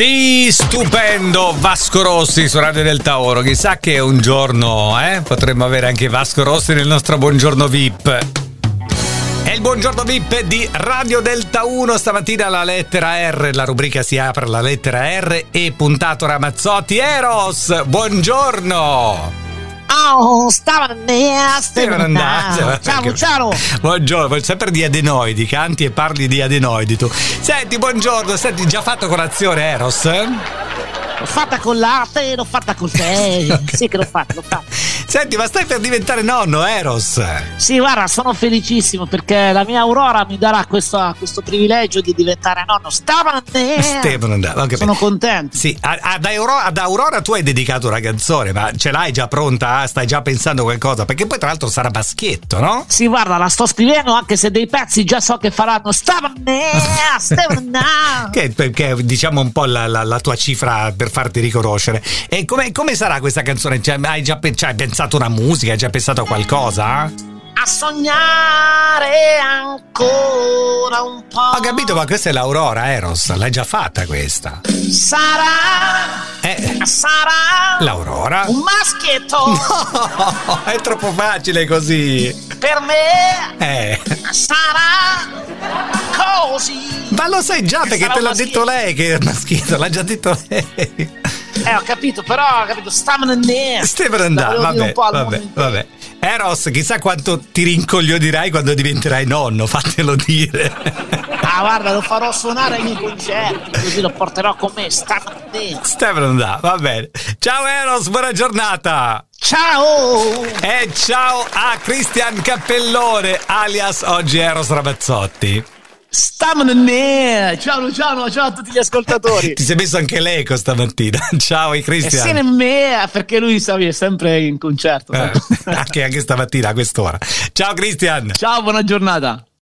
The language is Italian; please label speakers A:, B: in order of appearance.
A: Sì, stupendo Vasco Rossi su Radio del Tauro. Chissà che un giorno eh, potremmo avere anche Vasco Rossi nel nostro Buongiorno VIP. È il buongiorno VIP di Radio Delta 1, stamattina la lettera R, la rubrica si apre la lettera R e puntato Ramazzotti Eros, buongiorno!
B: Oh, stamattina,
A: andando. eh,
B: stamattina. Ciao Luciano.
A: Buongiorno, voglio sempre di adenoidi, canti e parli di adenoidi tu. Senti, buongiorno, senti, già fatto colazione Eros?
B: L'ho fatta con latte, l'ho fatta con te. Sì che l'ho fatta, l'ho fatta.
A: Senti, ma stai per diventare nonno Eros?
B: Sì, guarda, sono felicissimo perché la mia Aurora mi darà questo, questo privilegio di diventare nonno. Stamattina.
A: Stefano andava, ok,
B: Sono
A: beh.
B: contento.
A: Sì, a- ad Aurora, ad Aurora tu hai dedicato una canzone, ma ce l'hai già pronta? ah, Stai già pensando a qualcosa? Perché poi tra l'altro sarà maschietto, no?
B: Sì, guarda, la sto scrivendo anche se dei pezzi già so che faranno. Stamattina, stamattina.
A: Che, perché è, diciamo un po' la, la- la tua cifra per farti riconoscere. E come, come sarà questa canzone? Cioè, hai già pe- cioè, hai pensato una musica? Hai già pensato a qualcosa?
B: A sognare ancora un po'.
A: Ho capito, ma questa è l'Aurora Eros, l'hai già fatta questa.
B: Sarà,
A: Eh,
B: sarà.
A: l'Aurora?
B: Un maschietto
A: No, è troppo facile così.
B: per me
A: Eh,
B: sarà così.
A: ma lo sai già perché
B: Sarà
A: te
B: un
A: l'ha detto lei che è maschito, l'ha già detto lei.
B: Eh, ho capito, però ho capito, stamina nera.
A: Stefano
B: La
A: andare,
B: volevo dire
A: vabbè,
B: un po' al
A: vabbè,
B: momento.
A: vabbè. Eros, chissà quanto ti rincoglionerai quando diventerai nonno, fatelo dire.
B: Ah, guarda, lo farò suonare ai miei concerti, così lo porterò con me, stamina nera.
A: Stefano andare, va bene. Ciao Eros, buona giornata.
B: Ciao!
A: E ciao a Cristian Cappellone, alias oggi Eros Ramazzotti.
B: Stamina nera. Ciao Luciano, ciao a tutti gli ascoltatori.
A: Ti sei messo anche l'eco stamattina. Ciao i
B: E se ne
A: Cristian.
B: mea, perché lui sai, è sempre in concerto.
A: Eh, anche, anche stamattina a quest'ora. Ciao Cristian.
B: Ciao, buona giornata.